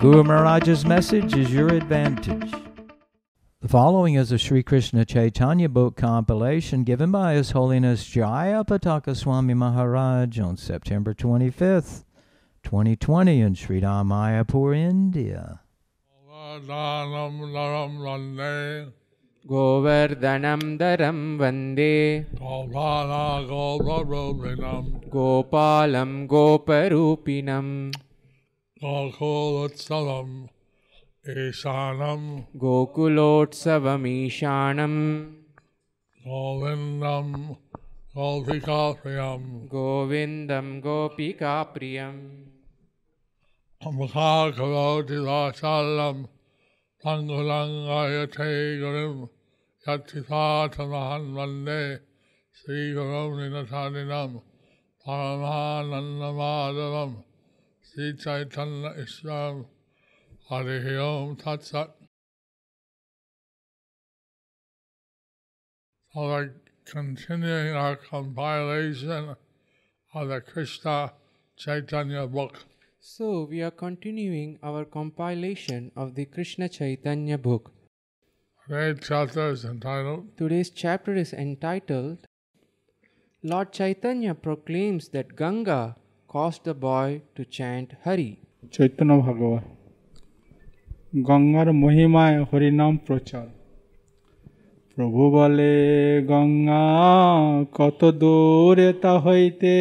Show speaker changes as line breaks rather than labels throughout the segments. Guru Maharaj's message is your advantage. The following is a Sri Krishna Chaitanya book compilation given by His Holiness Jaya Pataka Swami Maharaj on September 25th, 2020 in Sri Mayapur, India.
दानं नरं वन्दे
गोवर्धनं दरं वन्दे
गोपानागोपरूपिणं
गोपालं गोपरूपिणं
गोकुलोत्सवम् ईशानं
गोकुलोत्सवमीशानं
गोविन्दं गोपिकाप्रियं
गोविन्दं गोपिकाप्रियं
मुखा करोति वाचालं सङ्गुलङ्गयथे गुरुं यच्छिताथमहन् वन्दे श्रीगुरुं निनसानिनं परमानन्दमाधवं श्रीचैतन्य ईश्वरं हरिः ओं तत्सत् So like continuing our compilation of the Krishna Chaitanya book.
So we are continuing our compilation of the Krishna Chaitanya book.
Today's chapter is entitled
Today's chapter is entitled Lord Chaitanya proclaims that Ganga caused the boy to chant Hari.
Chaitanya ভাগবত গঙ্গার মহিমায় হরিনাম প্রচার প্রভু বলে গঙ্গা কত দূরে তা হইতে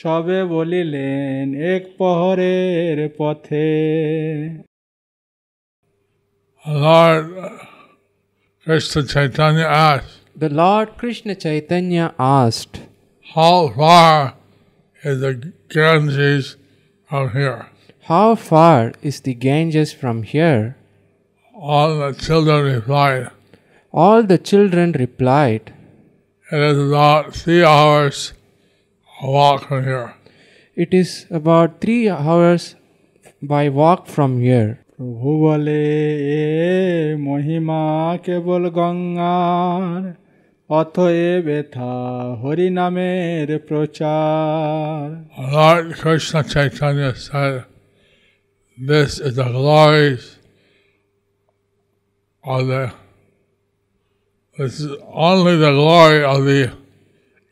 সবে বলিলেন এক পহরের পথে
Lord uh, Krishna Chaitanya asked,
The Lord Krishna Chaitanya asked,
How far is the Ganges from here?
How far is the Ganges from here?
All the children replied,
All the children replied,
It is about three hours walk from here.
It is about three hours by walk from here.
প্রভু বলে এ মহিমা কেবল গঙ্গার অতএব এথা হরিনামের প্রচার
Lord Krishna Chaitanya said, This is the glories of the this is only the glory of the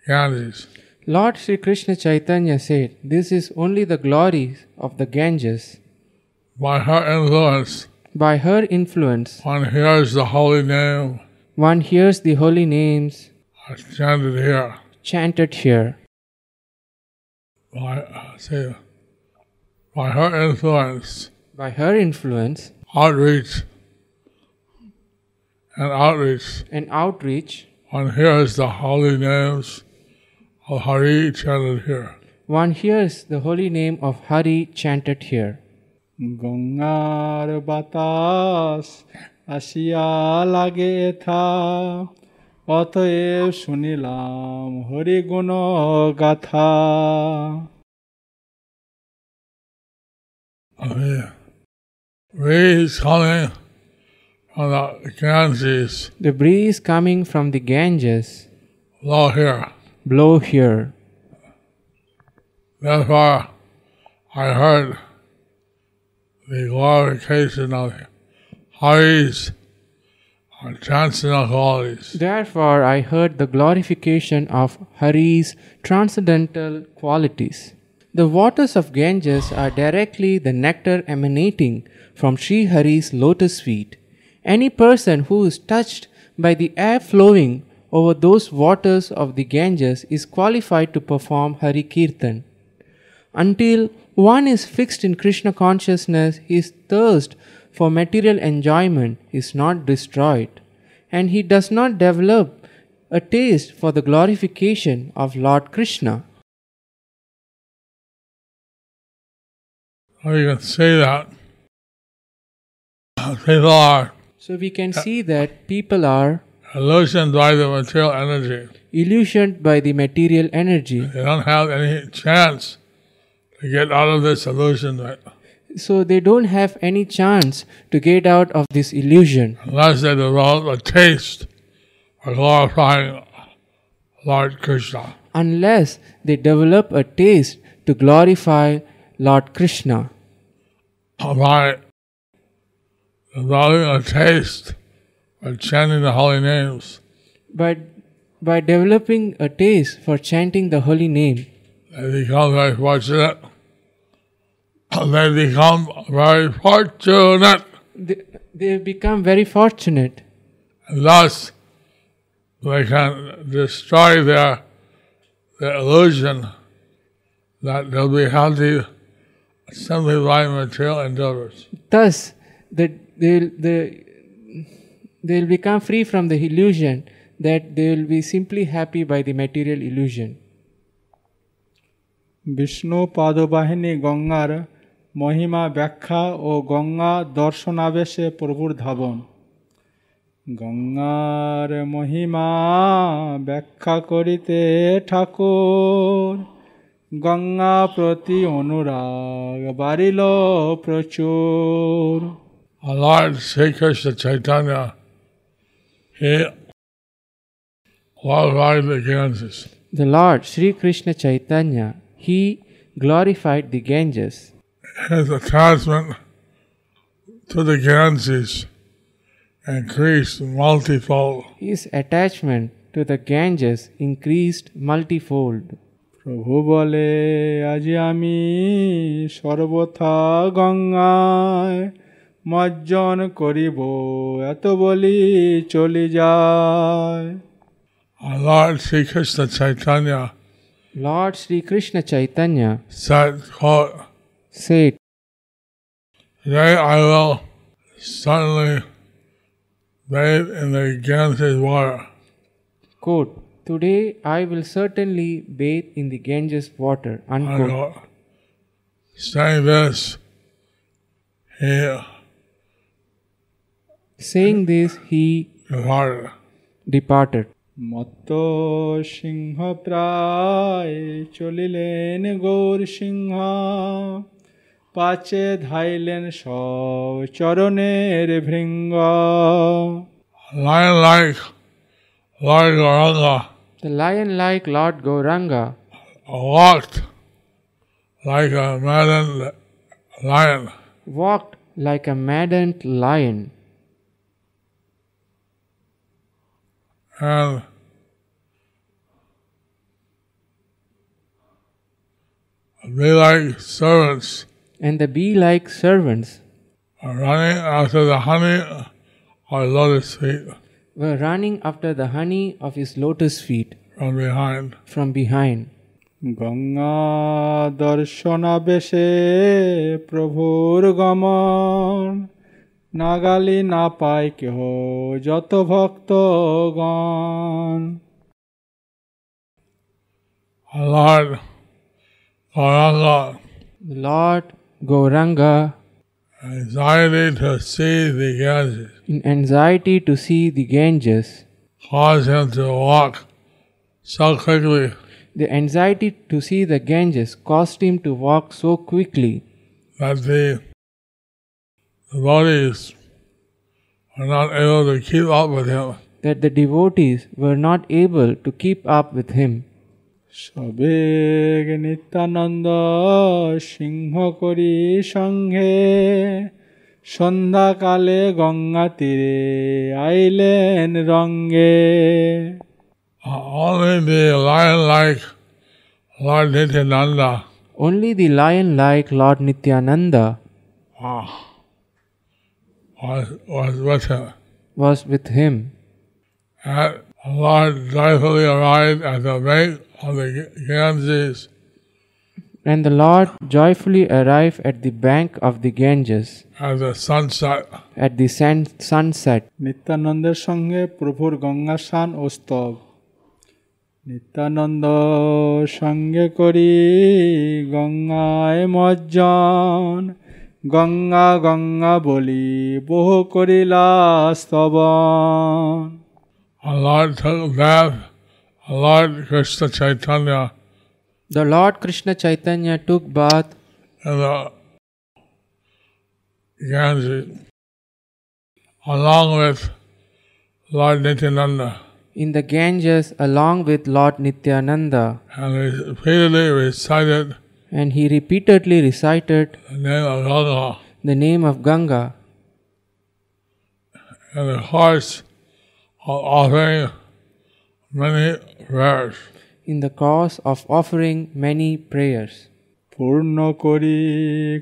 Ganges.
Lord Sri Krishna Chaitanya said, This is only the glory of the Ganges.
By her influence,
By her influence,
one hears the holy name
one hears the holy names
as chanted here.
chanted here.
By uh, see, by her influence,
By her influence
outreach and outreach,
and outreach,
one hears the holy names of Hari chanted here.
one hears the holy name of Hari chanted here.
গঙ্গার বাতাস আসিয়া লাগে থা অতএব শুনিলাম হরিগুণ গাথা
The rays coming from the Ganges
The breeze coming from the Ganges
blow here.
blow here.
Therefore, I heard the glorification of Hari's transcendental qualities.
Therefore, I heard the glorification of Hari's transcendental qualities. The waters of Ganges are directly the nectar emanating from Sri Hari's lotus feet. Any person who is touched by the air flowing over those waters of the Ganges is qualified to perform Hari Kirtan. Until one is fixed in Krishna consciousness, his thirst for material enjoyment is not destroyed, and he does not develop a taste for the glorification of Lord Krishna.
So you can see that people are
So we can see that people are
illusioned by the material energy.
illusioned by the material energy,
They don't have any chance to get out of this illusionment
so they don't have any chance to get out of this illusion
unless they develop a taste for glorifying Lord Krishna.
unless they develop a taste to glorify Lord Krishna.
By developing a taste for chanting the holy names,
But by developing a taste for chanting the holy name,
they become very fortunate. They become very fortunate.
they, they become very fortunate
thus they can destroy their, their illusion that they'll be healthy simply by material endeavors.
thus that they'll, they, they'll become free from the illusion that they will be simply happy by the material illusion
Vishnu পাদবাহিনী গঙ্গার মহিমা ব্যাখ্যা ও গঙ্গা দর্শনাবেশে প্রভুর ধাবন গঙ্গার মহিমা ব্যাখ্যা করিতে ঠাকুর গঙ্গা প্রতি অনুরাগ বাড়িল প্রচুর
Our Lord Sri Krishna Chaitanya, he glorified the Ganges.
the lord sri krishna chaitanya he glorified the ganges
His attachment to the Ganges increased multifold.
his attachment to the ganges increased multifold
প্রভু বলে আজি আমি সর্বথা গঙ্গায় মজ্জন করিব এত বলি চলি যায়
Our Lord Sri Krishna Chaitanya
lord sri krishna chaitanya
said, quote,
said
Today I will suddenly bathe in the Ganges water.
quote today i will certainly bathe in the ganges water unquote
Unquote. Saying this, he
Saying this, he
departed.
departed.
মত্ত সিংহ প্রায় চলিলেন গৌর সিংহ পাচে ধাইলেন সব চরণের ভৃঙ্গ
Lion like Lord Gauranga
The lion like Lord Gauranga
walked like a maddened lion.
walked like a maddened lion,
and they like servants
and the bee like servants
are running after the honey or lotus feet
were running after the honey of his lotus feet
from behind.
from behind.
Ganga দর্শনাবেশে প্রভুর গমন নাগালি না পায় কেহ যত ভক্তগণ
Our Lord Gauranga
Lord Gauranga,
anxiety to see the Ganges
in anxiety to see the Ganges,
caused him to walk so quickly
the anxiety to see the Ganges caused him to walk so quickly
that the devotees were not able to keep up with him.
that the devotees were not able to keep up with him.
সবেগ Nityananda সিংহ করি সঙ্গে সন্ধ্যাকালে গঙ্গা তীরে আইলেন রঙ্গে
Uh, only the lion-like Lord Nityananda
Only the lion like Lord Nityananda
was, was with him.
was with him.
And Lord joyfully arrived at the bank of the G- Ganges
And the Lord joyfully arrived at the bank of the Ganges
at the sunset.
at the sun- sunset.
নিত্যানন্দের সঙ্গে প্রভুর গঙ্গা স্নান ও স্তব নিত্যানন্দ সঙ্গে করি গঙ্গায় মজ্জন গঙ্গা গঙ্গা বলি বহু করিলা স্তবন
Our Lord took bath. Our Lord Krishna Chaitanya
The Lord Krishna Chaitanya took bath
in the Ganges, along with Lord Nityananda,
in the Ganges along with Lord Nityananda,
and repeatedly recited
and he repeatedly recited
the name of Ganga.
the name of Ganga.
in the course of offering many prayers.
in the cause of offering many prayers.
পূর্ণ করি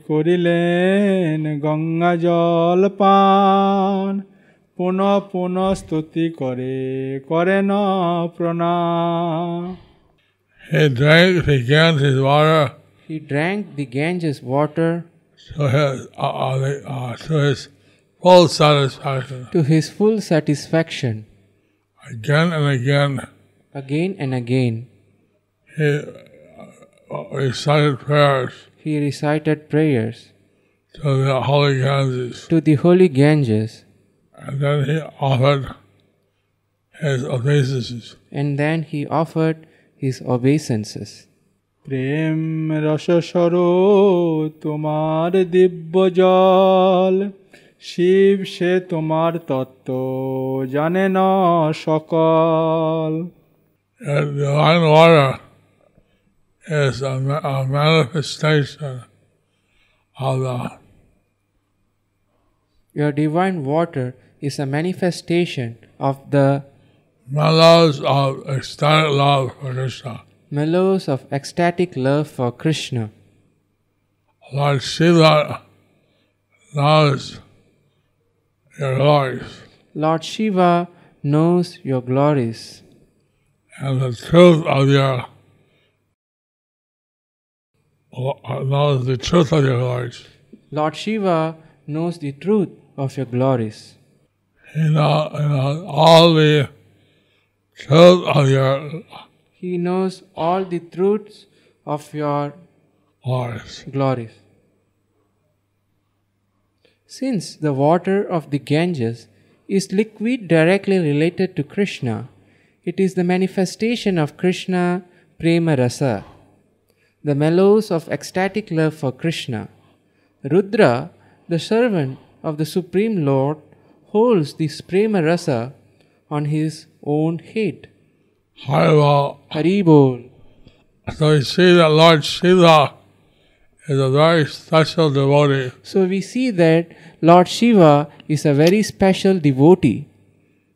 করিলেন গঙ্গা জল পান পুনঃ পুনঃ স্তুতি করে করেন প্রণাম
He drank the Ganges water
He drank the Ganges water
to his, uh, uh, the- uh, to his full satisfaction
to his full satisfaction.
again and again.
Again and again,
He uh, recited prayers
he recited prayers
to the holy Ganges,
to the holy Ganges
and then he offered his obeisances.
and then he offered his obeisances.
প্রেম রস সর তোমার দিব্য জল শিব সে তোমার তত্ত্ব জানে না সকল
And divine water is a, ma- a manifestation of the
Your divine water is a manifestation of the
mellows of ecstatic love for Krishna.
mellows of ecstatic love for Krishna.
Lord Shiva knows your glories,
Lord Shiva knows your glories.
and the truth of your knows the truth of your glories.
Lord Shiva knows the truth of your glories.
He knows, he knows all the truth of your
He knows all the truths of your
glories.
glories. Since the water of the Ganges is liquid directly related to Krishna, it is the manifestation of Krishna Prema Rasa, the mellows of ecstatic love for Krishna. Rudra, the servant of the Supreme Lord, holds this Prema Rasa on his own head.
Haribo.
Haribol.
So you see that Lord Shiva is a very special devotee.
So we see that Lord Shiva is a very special devotee.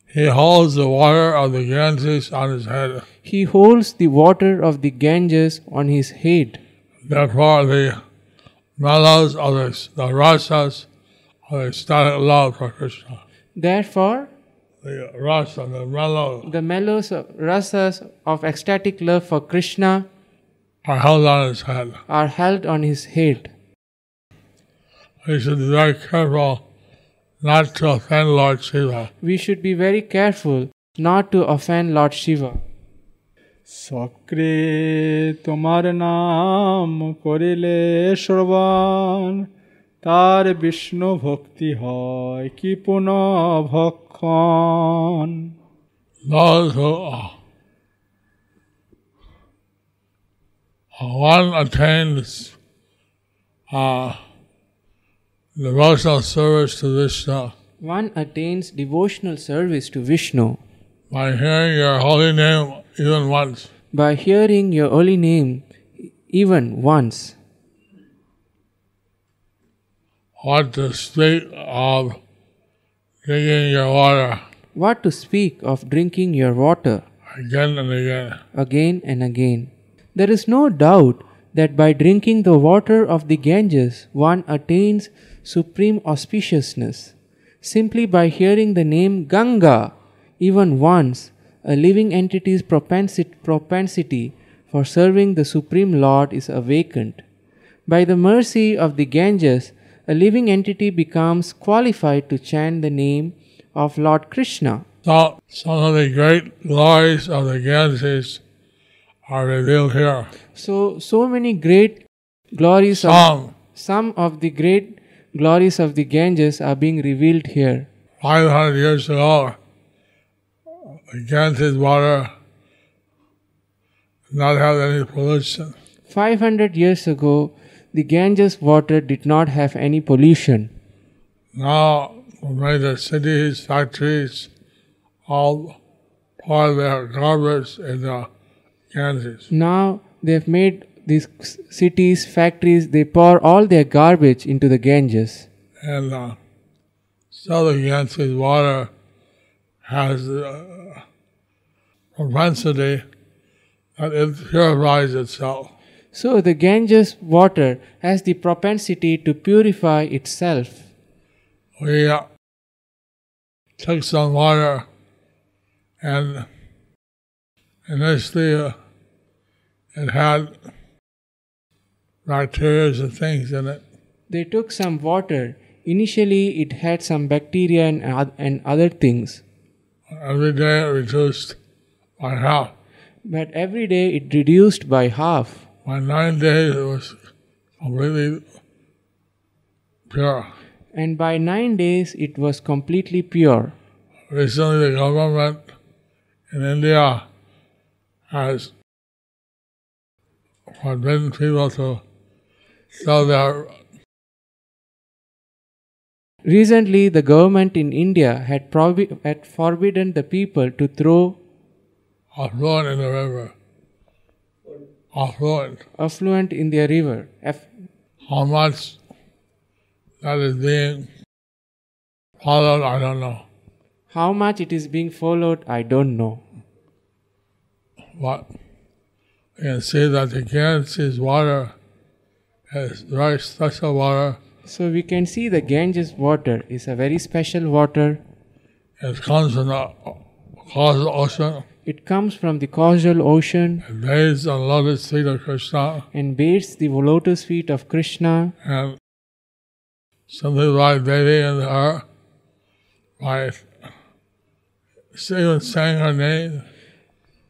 He holds the water of the Ganges on his head.
He holds the water of the Ganges on his head.
Therefore, the mellows of the, the rasas of ecstatic love for Krishna.
Therefore,
The rasa, the mellow,
the mellows of- rasas of ecstatic love for Krishna
are held on his head.
are held on his head.
We should be very careful not to offend Lord Shiva.
We should be very careful not to offend Lord Shiva.
সক্রে তোমার নাম করিলে শ্রবণ তার বিষ্ণু ভক্তি হয় কি পুনঃ ভক্ষণ
Those who are one attains uh, devotional service to Vishnu
One attains devotional service to Vishnu
by hearing your holy name even once.
by hearing your holy name even once.
What to speak of drinking your water
What to speak of drinking your water
again and again.
again and again? There is no doubt that by drinking the water of the Ganges, one attains supreme auspiciousness. Simply by hearing the name Ganga even once, a living entity's propensi- propensity for serving the Supreme Lord is awakened. By the mercy of the Ganges, a living entity becomes qualified to chant the name of Lord Krishna.
So, some of the great glories of the Ganges are revealed here.
So, so many great glories of
Some
some of the great glories of the Ganges are being revealed here.
500 years ago, the Ganges water did not have any pollution.
500 years ago, the Ganges water did not have any pollution.
Now, the major cities, factories, all pour their garbage uh, in the Ganges.
Now they've made these c- cities, factories, they pour all their garbage into the Ganges.
And uh, so the Ganges water has uh, propensity that it purifies itself.
So the Ganges water has the propensity to purify itself.
we uh, took some water and initially uh, it had bacteria and things in it.
They took some water. Initially, it had some bacteria and, oth- and other things,
Every day it reduced by half.
but every day it reduced by half.
By nine days it was completely pure.
And by nine days, it was completely pure.
Recently the government in India has forbidden people to sell their
Recently, the government in India had, provi- had forbidden the people to throw
affluent in the river. Affluent.
affluent in their river. Aff-
How much that is being followed, I don't know.
How much it is being followed, I don't know.
But you can see that the Ganges water is very special water.
So we can see the Ganges water is a very special water.
It comes from the causal ocean.
It comes from the causal ocean
It bathes the lotus feet of Krishna
and bathes the lotus feet of Krishna.
and simply by bathing in her, by even saying her name,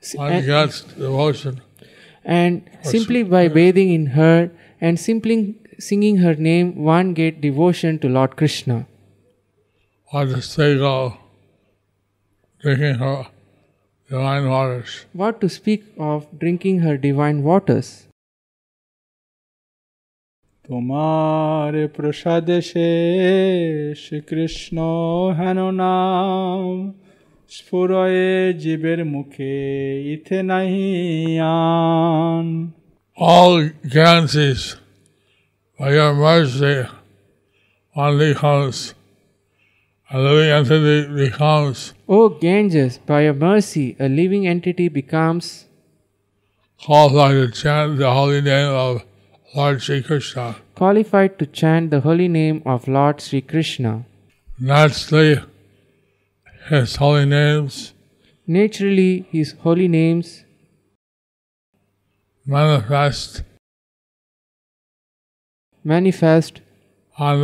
S-
one
And,
gets devotion.
and simply by bathing in her and simply singing her name, one get devotion to Lord Krishna.
or the seagull drinking her divine waters.
What to speak of drinking her divine waters?
তোমার প্রসাদে শেষ কৃষ্ণ হেন নাম স্ফুরয়ে জীবের মুখে ইথে নাহি আন
All Ganges, by your mercy, one becomes a living entity, becomes
O Ganges, by your mercy, a living entity becomes
qualified to chant the holy name of Lord Sri Krishna.
qualified to chant the holy name of Lord Sri Krishna.
Naturally, his holy names
Naturally, his holy names
manifest
manifest
on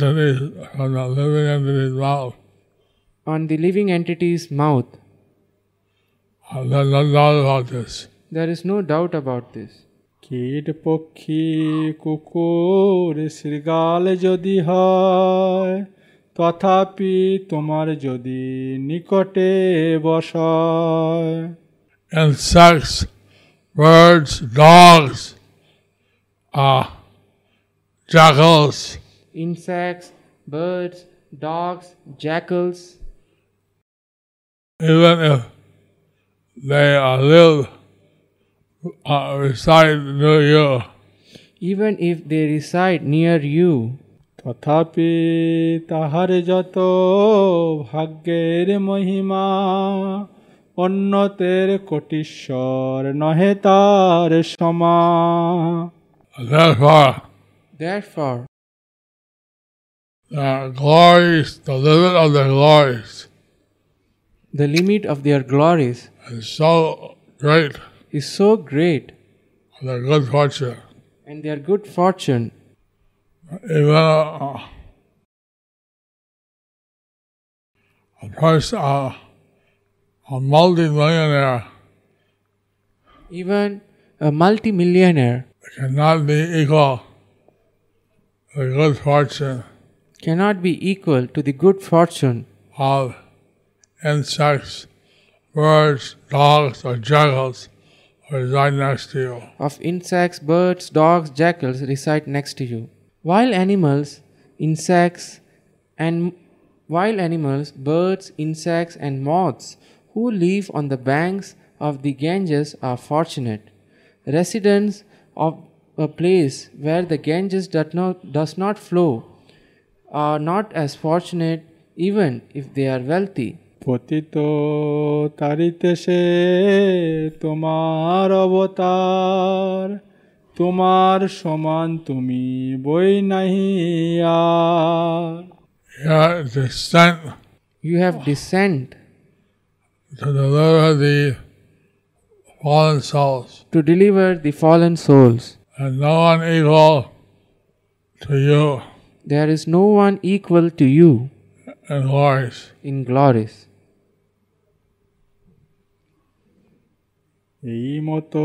the living entities, from the living entities' mouth.
on the living entity's mouth.
I don't know about this.
There is no doubt about this.
কীট পক্ষী কুকুর শৃগাল যদি হয় তথাপি তোমার যদি নিকটে বসয়
insects, birds, dogs, uh, jackals,
Insects, birds, dogs, jackals,
even if they uh, live uh, reside near you,
even if they reside near you,
তথাপি তাহার যত ভাগ্যের মহিমা অন্যতের কোটিশ্বর নহে তার সমা
therefore
therefore,
the glories, the limit of the glories
the limit of their glories
is so great,
is so great,
the good fortune.
and their good fortune,
Even uh, a person, uh, a multi-millionaire
even a multimillionaire
cannot be equal to the good fortune
cannot be equal to the good fortune
of insects, birds, dogs, or jackals who reside next to you.
of insects, birds, dogs, jackals reside next to you. While animals, insects, and while animals, birds, insects, and moths who live on the banks of the Ganges are fortunate. Residents of a place where the Ganges does not, does not flow are not as fortunate even if they are wealthy.
পতিত তারিতে সে তোমার অবতার তোমার সমান তুমি বই নাহি আর
Your descent
You have descent
to deliver the fallen souls,
to deliver the fallen souls.
and no one equal to you
There is no one equal to you
in glories.
in glories.
এই মতো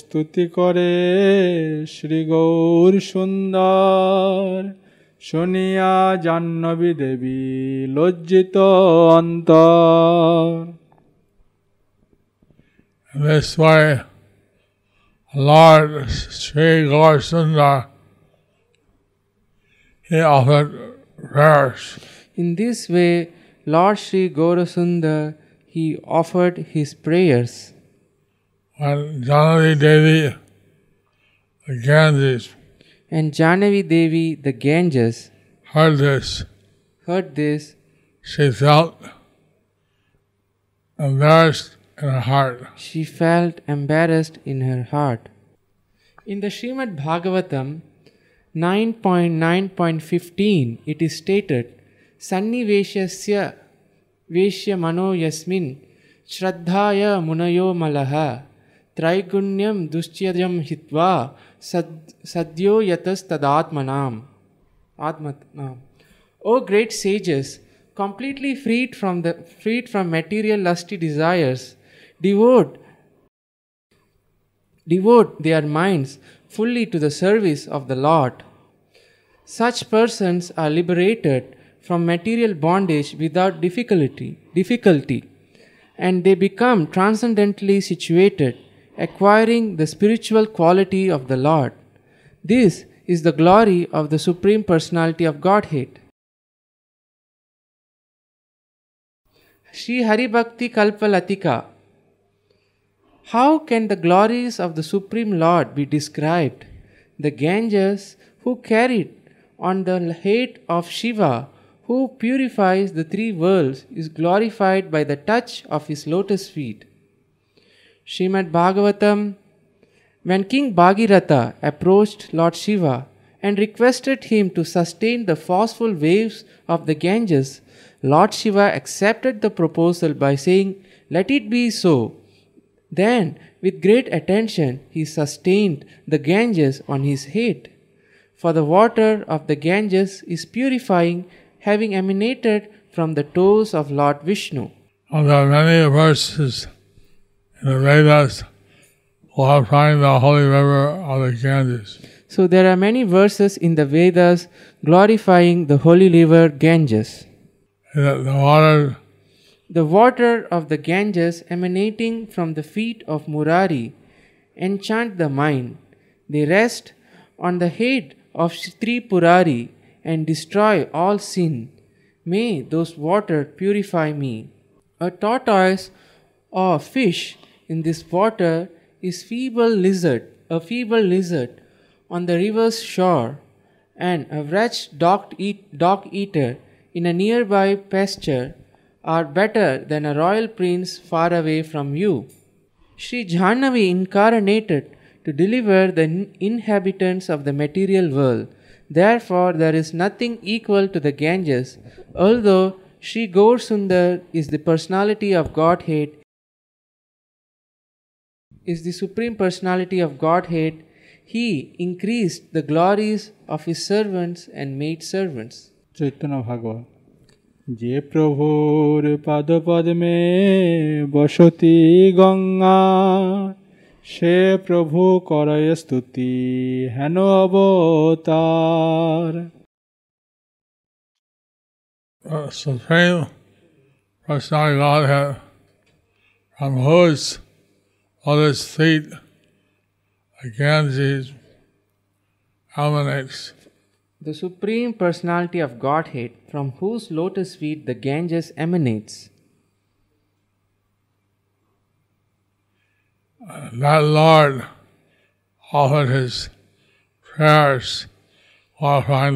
স্তুতি করে শ্রী গৌর সুন্দর শুনিয়া জাহ্নবী দেবী লজ্জিত অন্তর
In this way, Lord Sri Gaurasundar, he offered prayers
In this way, Lord Sri Gaurasundar, he offered his prayers.
when Janani Devi, the Ganges,
And Janavi Devi, the Ganges,
heard this.
heard this
She felt embarrassed in her heart.
she felt embarrassed in her heart. In the Srimad Bhagavatam 9.9.15, it is stated, Sanniveshasya Veshya Mano Yasmin Shraddhaya Munayo Malaha Traigunyam Dushyajam Hitva sad, Sadyo Yatas Tadatmanam Atmatnam. O great sages, completely freed from the freed from material lusty desires, devote devote their minds fully to the service of the Lord. Such persons are liberated from material bondage without difficulty, difficulty, and they become transcendently situated, acquiring the spiritual quality of the Lord. This is the glory of the Supreme Personality of Godhead. Sri Hari Bhakti Kalpalatika how can the glories of the Supreme Lord be described? The Ganges, who carried on the head of Shiva, who purifies the three worlds, is glorified by the touch of his lotus feet. Srimad Bhagavatam When King Bhagiratha approached Lord Shiva and requested him to sustain the forceful waves of the Ganges, Lord Shiva accepted the proposal by saying, Let it be so. Then, with great attention, he sustained the Ganges on his head. For the water of the Ganges is purifying, having emanated from the toes of Lord Vishnu.
And there are many verses in the Vedas glorifying the holy river of the Ganges.
So, there are many verses in the Vedas glorifying the holy river Ganges.
and that the water
The water of the Ganges emanating from the feet of Murari enchant the mind. They rest on the head of Sri Purari and destroy all sin. May those water purify me. A tortoise or fish in this water is feeble lizard, a feeble lizard on the river's shore, and a wretched dog, eat, dog eater in a nearby pasture are better than a royal prince far away from you. Sri Jahanavi incarnated to deliver the in- inhabitants of the material world. Therefore, there is nothing equal to the Ganges. Although Sri Gaur Sundar is the personality of Godhead, is the Supreme Personality of Godhead, he increased the glories of his servants and made servants.
Chaitanya ভাগবত যে প্রভুর পাদপদ্মে বসতি গঙ্গা সে প্রভু করয় স্তুতি হেন অবতার
the Supreme Personality Godhead, from whose lotus feet the Ganges emanates.
The Supreme Personality of Godhead, from whose lotus feet the Ganges emanates,
That Lord offered his prayers glorifying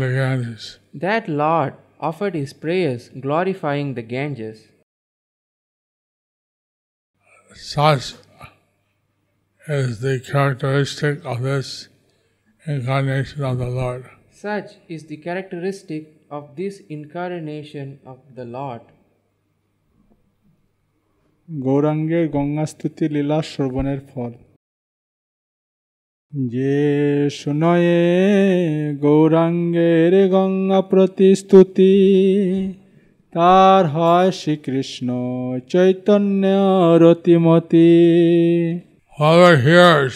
the Ganges.
that Lord offered his prayers glorifying the Ganges.
Such is the characteristic of this incarnation of the Lord.
Such is the characteristic of this incarnation of the Lord.
গৌরাঙ্গের গঙ্গাস্তুতি লীলা শ্রবণের ফল যে শুনয়ে গৌরাঙ্গের গঙ্গা প্রতিস্তুতি তার হয় Shrikrishna Chaitanya রতিমতি
Whoever hears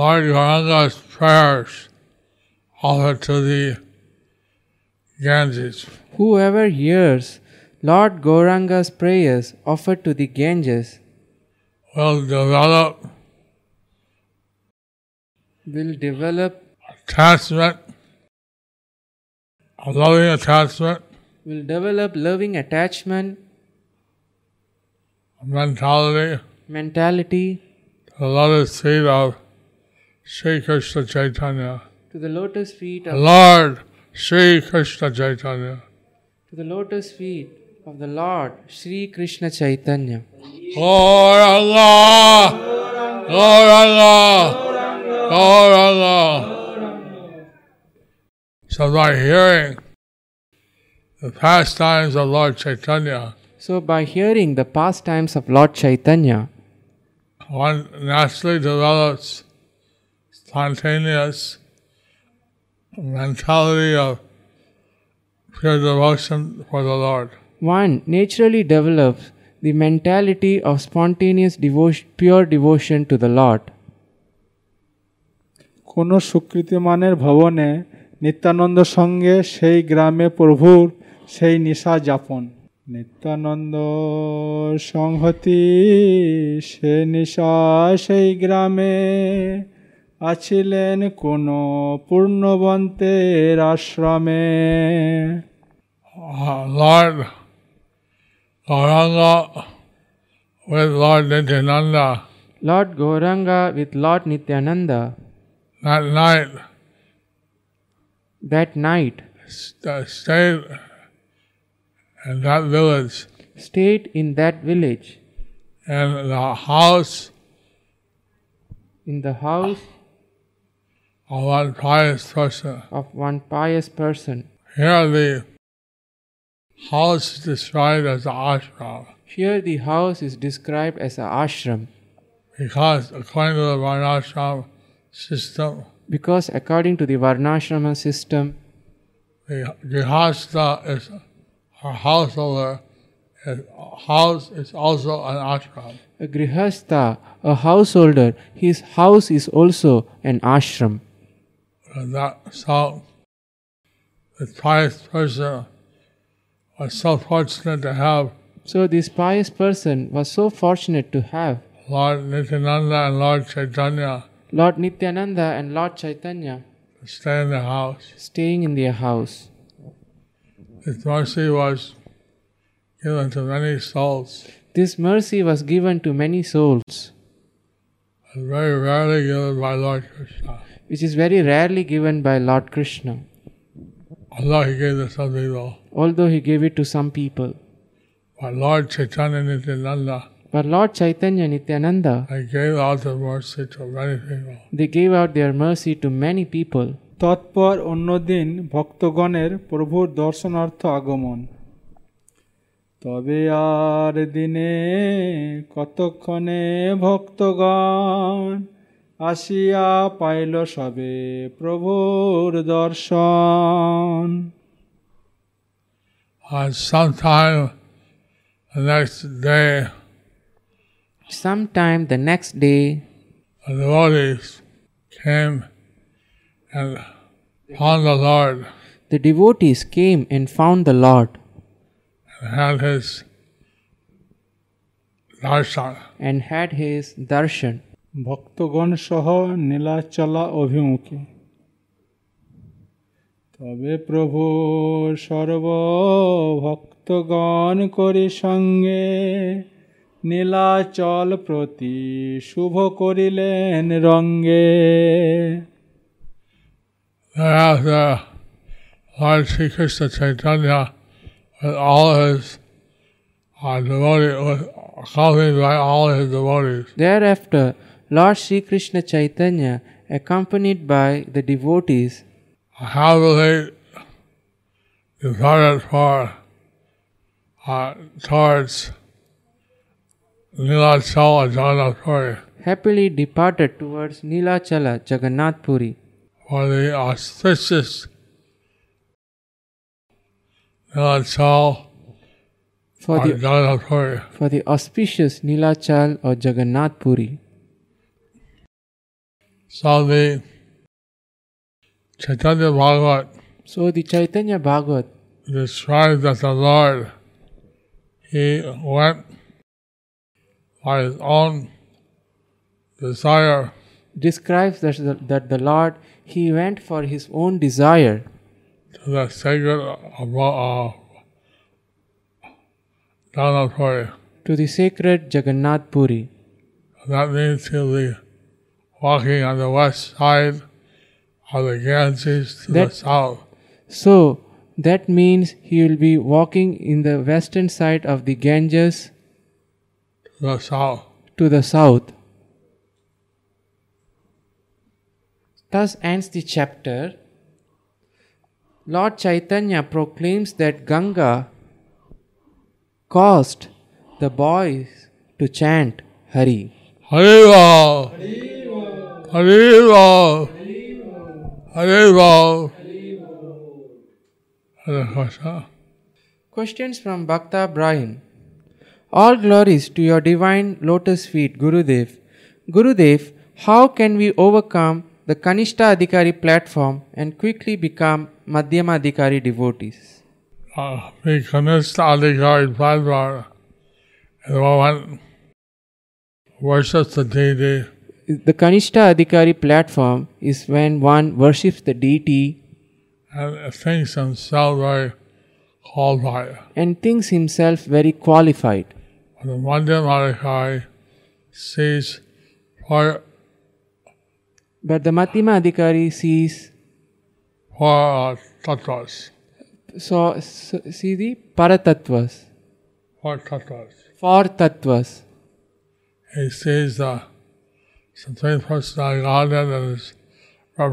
Lord Gauranga's prayers offered to the Ganges
Whoever hears Lord Gauranga's prayers offered to the Ganges
will develop
will develop
attachment, a loving attachment,
will develop loving attachment
a mentality
mentality
to the lotus feet of Sri Krishna Chaitanya.
to the lotus feet of
Lord Sri Krishna Chaitanya.
to the lotus feet of the Lord Sri Krishna Chaitanya.
Gauranga! Gauranga! Gauranga! So by hearing the pastimes of Lord Chaitanya,
So by hearing the pastimes of Lord Chaitanya,
one naturally develops spontaneous mentality of pure devotion for the Lord.
one naturally develops the mentality of spontaneous devotion, pure devotion to the Lord.
কোনো সুকৃতিমানের ভবনে নিত্যানন্দ সঙ্গে সেই গ্রামে প্রভুর সেই নিশা যাপন নিত্যানন্দ সংহতি সে নিশা সেই গ্রামে আছিলেন কোনো পূর্ণবন্তের আশ্রমে
Uh, Lord Gauranga with Lord Nityananda
Lord Gauranga with Lord Nityananda
that night
that night
st- uh, stayed in that village
stayed in that village
in the house
in the house
of one pious person.
of one pious person.
Here the house is described as an ashram
Here the house is described as a ashram
because according to the Varnashram system,
because according to the Varnashrama system,
the Grihastha is a householder, his house is also an ashram.
a grihastha, a householder, his house is also an ashram.
And that so the pious person was so fortunate to have
So this pious person was so fortunate to have
Lord Nityananda and Lord Chaitanya
Lord Nityananda and Lord Chaitanya
to stay in the house.
staying in their house.
His mercy was given to many souls,
This mercy was given to many souls,
but very rarely given by Lord Krishna,
which is very rarely given by Lord Krishna,
although he gave it to some people.
although he gave it to some people.
But Lord Chaitanya Nityananda,
But Lord Chaitanya Nityananda,
they gave out the mercy to many people.
they gave out their mercy to many people.
তৎপর অন্যদিন ভক্তগণের প্রভুর দর্শনার্থ আগমন তবে আর দিনে কতক্ষণে ভক্তগণ আসিয়া pile সবে প্রভুর দর্শন
And sometime the next day,
Sometime the next day,
the devotees came and found the Lord
the devotees came and found the Lord
and had his darshan.
and had his darshan.
ভক্তগণ সহ নীলাচলা অভিমুখে তবে প্রভু সর্বভক্তগণ করি সঙ্গে নীলাচল প্রতি শুভ করিলেন রঙ্গে
Thereafter, Lord Sri Krishna Chaitanya, with all his uh, devotees, with, accompanied by all his devotees,
Thereafter, Lord Sri Krishna Chaitanya, accompanied by the devotees,
happily departed for uh, towards Nilachala Janapuri
happily departed towards Nilachala Jagannath Puri
for the auspicious Nilachala
for the,
Janapuri.
for the auspicious Nilachal or Jagannath Puri.
So the Chaitanya Bhagavat
So the Chaitanya Bhagavat
describes that the Lord, He went by His own desire
describes that the, that the Lord he went for his own desire
to the sacred abode of Dhanapuri.
to the sacred Jagannath Puri.
That means He'll be walking on the west side of the Ganges to the
That-
south.
So that means he will be walking in the western side of the Ganges
To the south.
to the south. Thus ends the chapter. Lord Chaitanya proclaims that Ganga caused the boys to chant Hari.
Harival. Harival. Harival. Hare Krishna.
Questions from Bhakta Brian. All glories to your divine lotus feet, Gurudev. Gurudev, how can we overcome the Kanishta Adhikari platform and quickly become Madhyama Adhikari devotees?
Uh, the Kanista Adhikari Pradvar is the one worships the deity
The Kanishta Adhikari platform is when one worships the deity
and thinks himself very qualified.
and thinks himself very qualified.
But the Mandya Adhikari sees for,
But the Madhyama Adhikari sees,
for uh, tattvas,
so, so see the paratattvas,
for tattvas.
four tattvas.
He uh, sees the Supreme Personality of Godhead and his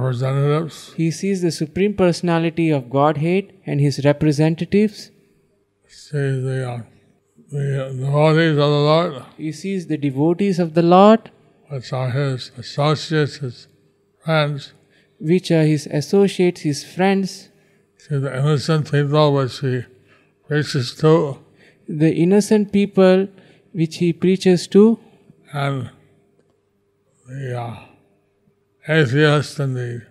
representatives,
He sees the Supreme Personality of Godhead and his representatives.
sees the, uh, the devotees of the Lord,
He sees the devotees of the Lord,
which are his associates, his friends,
which are his associates, his friends,
sees the innocent people which he preaches to,
the innocent people which he preaches to,
and the uh, atheists and the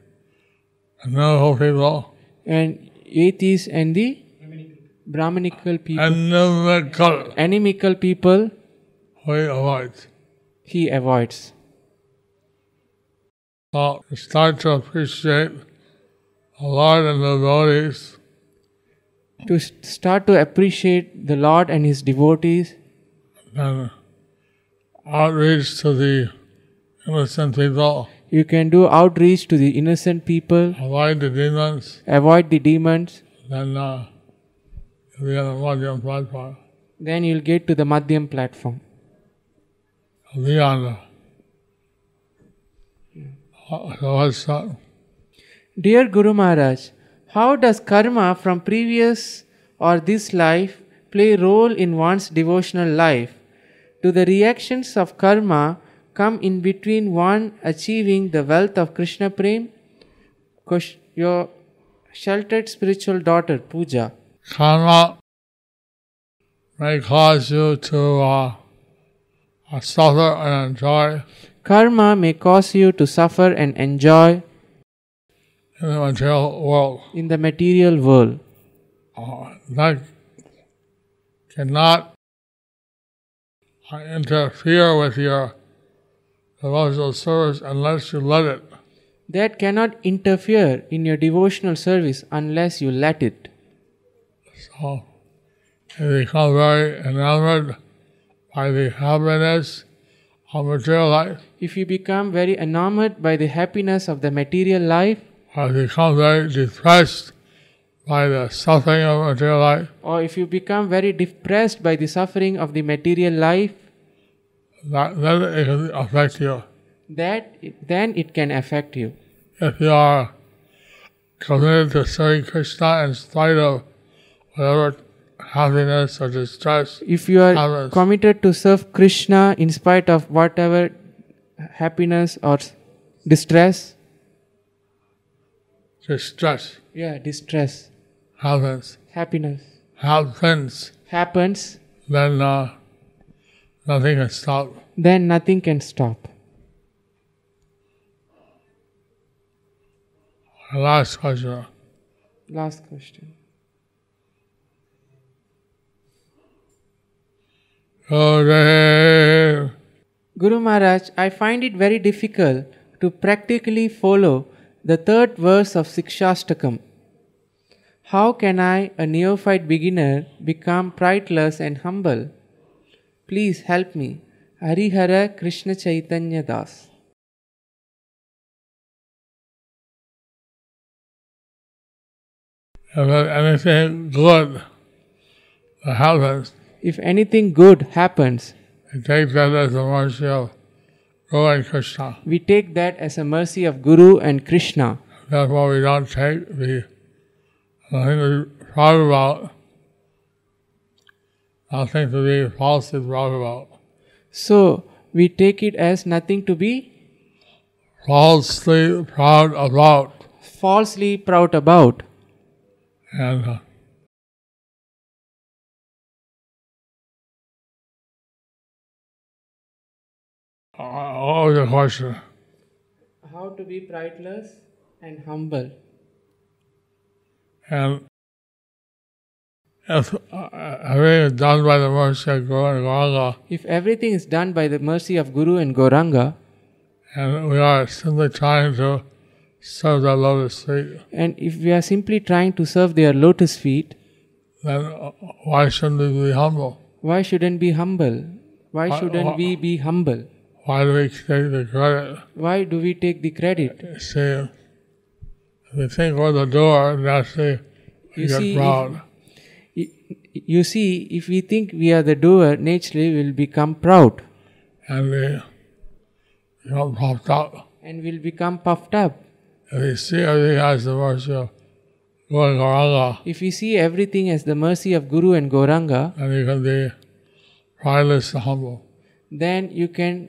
unknowable people,
and atheists and the Brahminical people,
and numerical
animical people,
we avoid.
he avoids.
So start to appreciate the Lord and the devotees
To s- start to appreciate the Lord and his devotees
and outreach to the innocent people,
you can do outreach to the innocent people,
avoid the demons,
avoid the demons,
then uh, you'll be on the Madhyam platform.
then you'll get to the Madhyam platform.
You'll be on the uh, so what's that?
Dear Guru Maharaj, how does karma from previous or this life play role in one's devotional life? Do the reactions of karma come in between one achieving the wealth of Krishna Prem? Ques- Your sheltered spiritual daughter Pooja.
Karma may cause you to uh, uh, suffer and enjoy
Karma may cause you to suffer and enjoy
in the material world.
in the material world.
Uh, that cannot uh, interfere with your devotional service unless you let it.
that cannot interfere in your devotional service unless you let it.
So they become very enamored by the happiness of material life.
If you become very enamored by the happiness of the material life,
I become very depressed by the suffering of material life.
or if you become very depressed by the suffering of the material life,
That then it can affect you.
that then it can affect you.
If you are committed to serving Krishna in spite of whatever happiness or distress,
If you are
Others.
committed to serve Krishna in spite of whatever happiness or s- distress,
distress
yeah, distress,
happens,
happiness
happens,
happens,
then uh, nothing can stop.
then nothing can stop.
Last question.
Last question.
Gurudev,
Guru Maharaj, I find it very difficult to practically follow the third verse of Sikshastakam. How can I, a neophyte beginner, become prideless and humble? Please help me. Harihara Krishna Chaitanya Das.
if there's anything good that happens,
If anything good happens,
we take that as the mercy of Guru and Krishna.
we take that as a mercy of Guru and Krishna.
Therefore, we don't take the nothing to be proud about, nothing to be falsely proud about.
So, we take it as nothing to be
Falsely proud about.
falsely proud about.
And uh, uh, what was your question?
How to be prideless and humble.
And if uh, everything is done by the mercy of Guru and Gauranga,
If everything is done by the mercy of Guru and Goranga,
and we are simply trying to serve the lotus feet,
and if we are simply trying to serve their lotus feet,
then uh, why shouldn't we be humble?
why shouldn't we humble? Why
Why-
shouldn't
why-
we be humble?
Why do we take the credit?
Why do we take the credit?
You See, if we think we're the door, naturally we
You
get
see, if-
proud.
Y- You see, if we think we are the doer, naturally we will become proud
and they you know puffed up.
and will become puffed up.
If you see everything has the mercy of Lord Gauranga,
If we see everything as the mercy of Guru and Goranga,
then you can be prideless and humble.
then you can